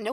No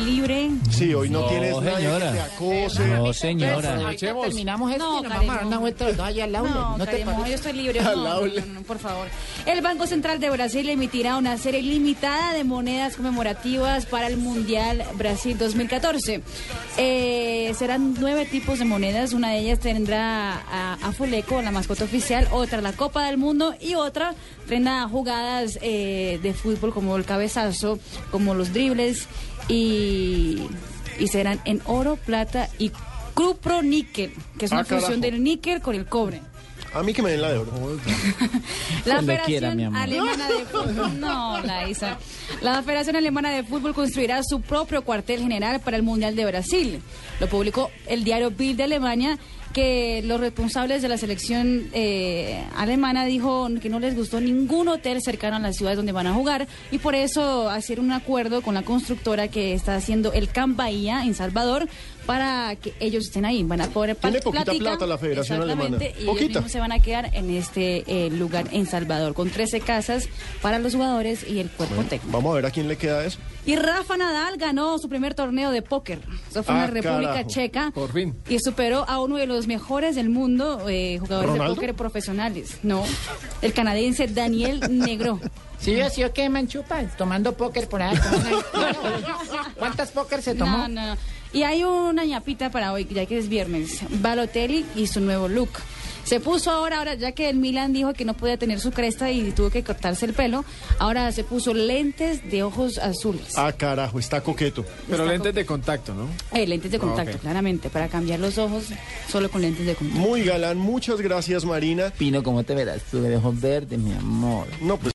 libre. Sí, hoy no, tienes nadie señora. que te acose. No, señora. Ahorita terminamos esto No, y nos Karen, vamos a dar una no. vuelta los dos allá al aula. No, ¿No te Karen, parece? yo estoy libre. Al No, no, aula. no, no, por favor. El Banco Central de Brasil emitirá una serie limitada de monedas conmemorativas para el Mundial Brasil 2014. Eh, serán nueve tipos de monedas. Una de ellas tendrá a, a Fuleco, la mascota oficial, otra la Copa del Mundo y otra tendrá jugadas eh, de fútbol como el cabezazo, como los dribles y, y serán en oro, plata y cuproníquel, que es una Ah, carajo. fusión del níquel con el cobre. A mí que me den la de oro. La Cuando quiera, mi Federación amor. Alemana de Fútbol. No, Laisa. La Federación Alemana de Fútbol construirá su propio cuartel general para el Mundial de Brasil. Lo publicó el diario Bild de Alemania que los responsables de la selección eh, alemana dijo que no les gustó ningún hotel cercano a las ciudades donde van a jugar y por eso hicieron un acuerdo con la constructora que está haciendo el Camp Bahía en Salvador para que ellos estén ahí, van a poder Tiene poquita plática. plata la Federación Alemana. Exactamente, y ellos Poquita. mismos se van a quedar en este eh, lugar en Salvador, con 13 casas para los jugadores y el cuerpo técnico. Vamos a ver a quién le queda eso. Y Rafa Nadal ganó su primer torneo de póker. Eso fue en Ah, la República carajo, Checa. por fin. Y superó a uno de los mejores del mundo, eh, jugadores de ¿Ronaldo? póker profesionales. No, el canadiense Daniel Negro. Sí, así o qué, manchupa, tomando póker por ahí. ¿Cuántas póker se tomó? No, no, no. Y hay una ñapita para hoy, ya que es viernes. Balotelli y su nuevo look. Se puso ahora, ahora ya que el Milan dijo que no podía tener su cresta y tuvo que cortarse el pelo, ahora se puso lentes de ojos azules. Ah, carajo, está coqueto. Pero lentes de contacto, ¿no? Eh, lentes de contacto, ok. claramente, para cambiar los ojos solo con lentes de contacto. Muy galán, muchas gracias Marina. Pino, ¿cómo te verás tú de ojos verdes, mi amor? No, pues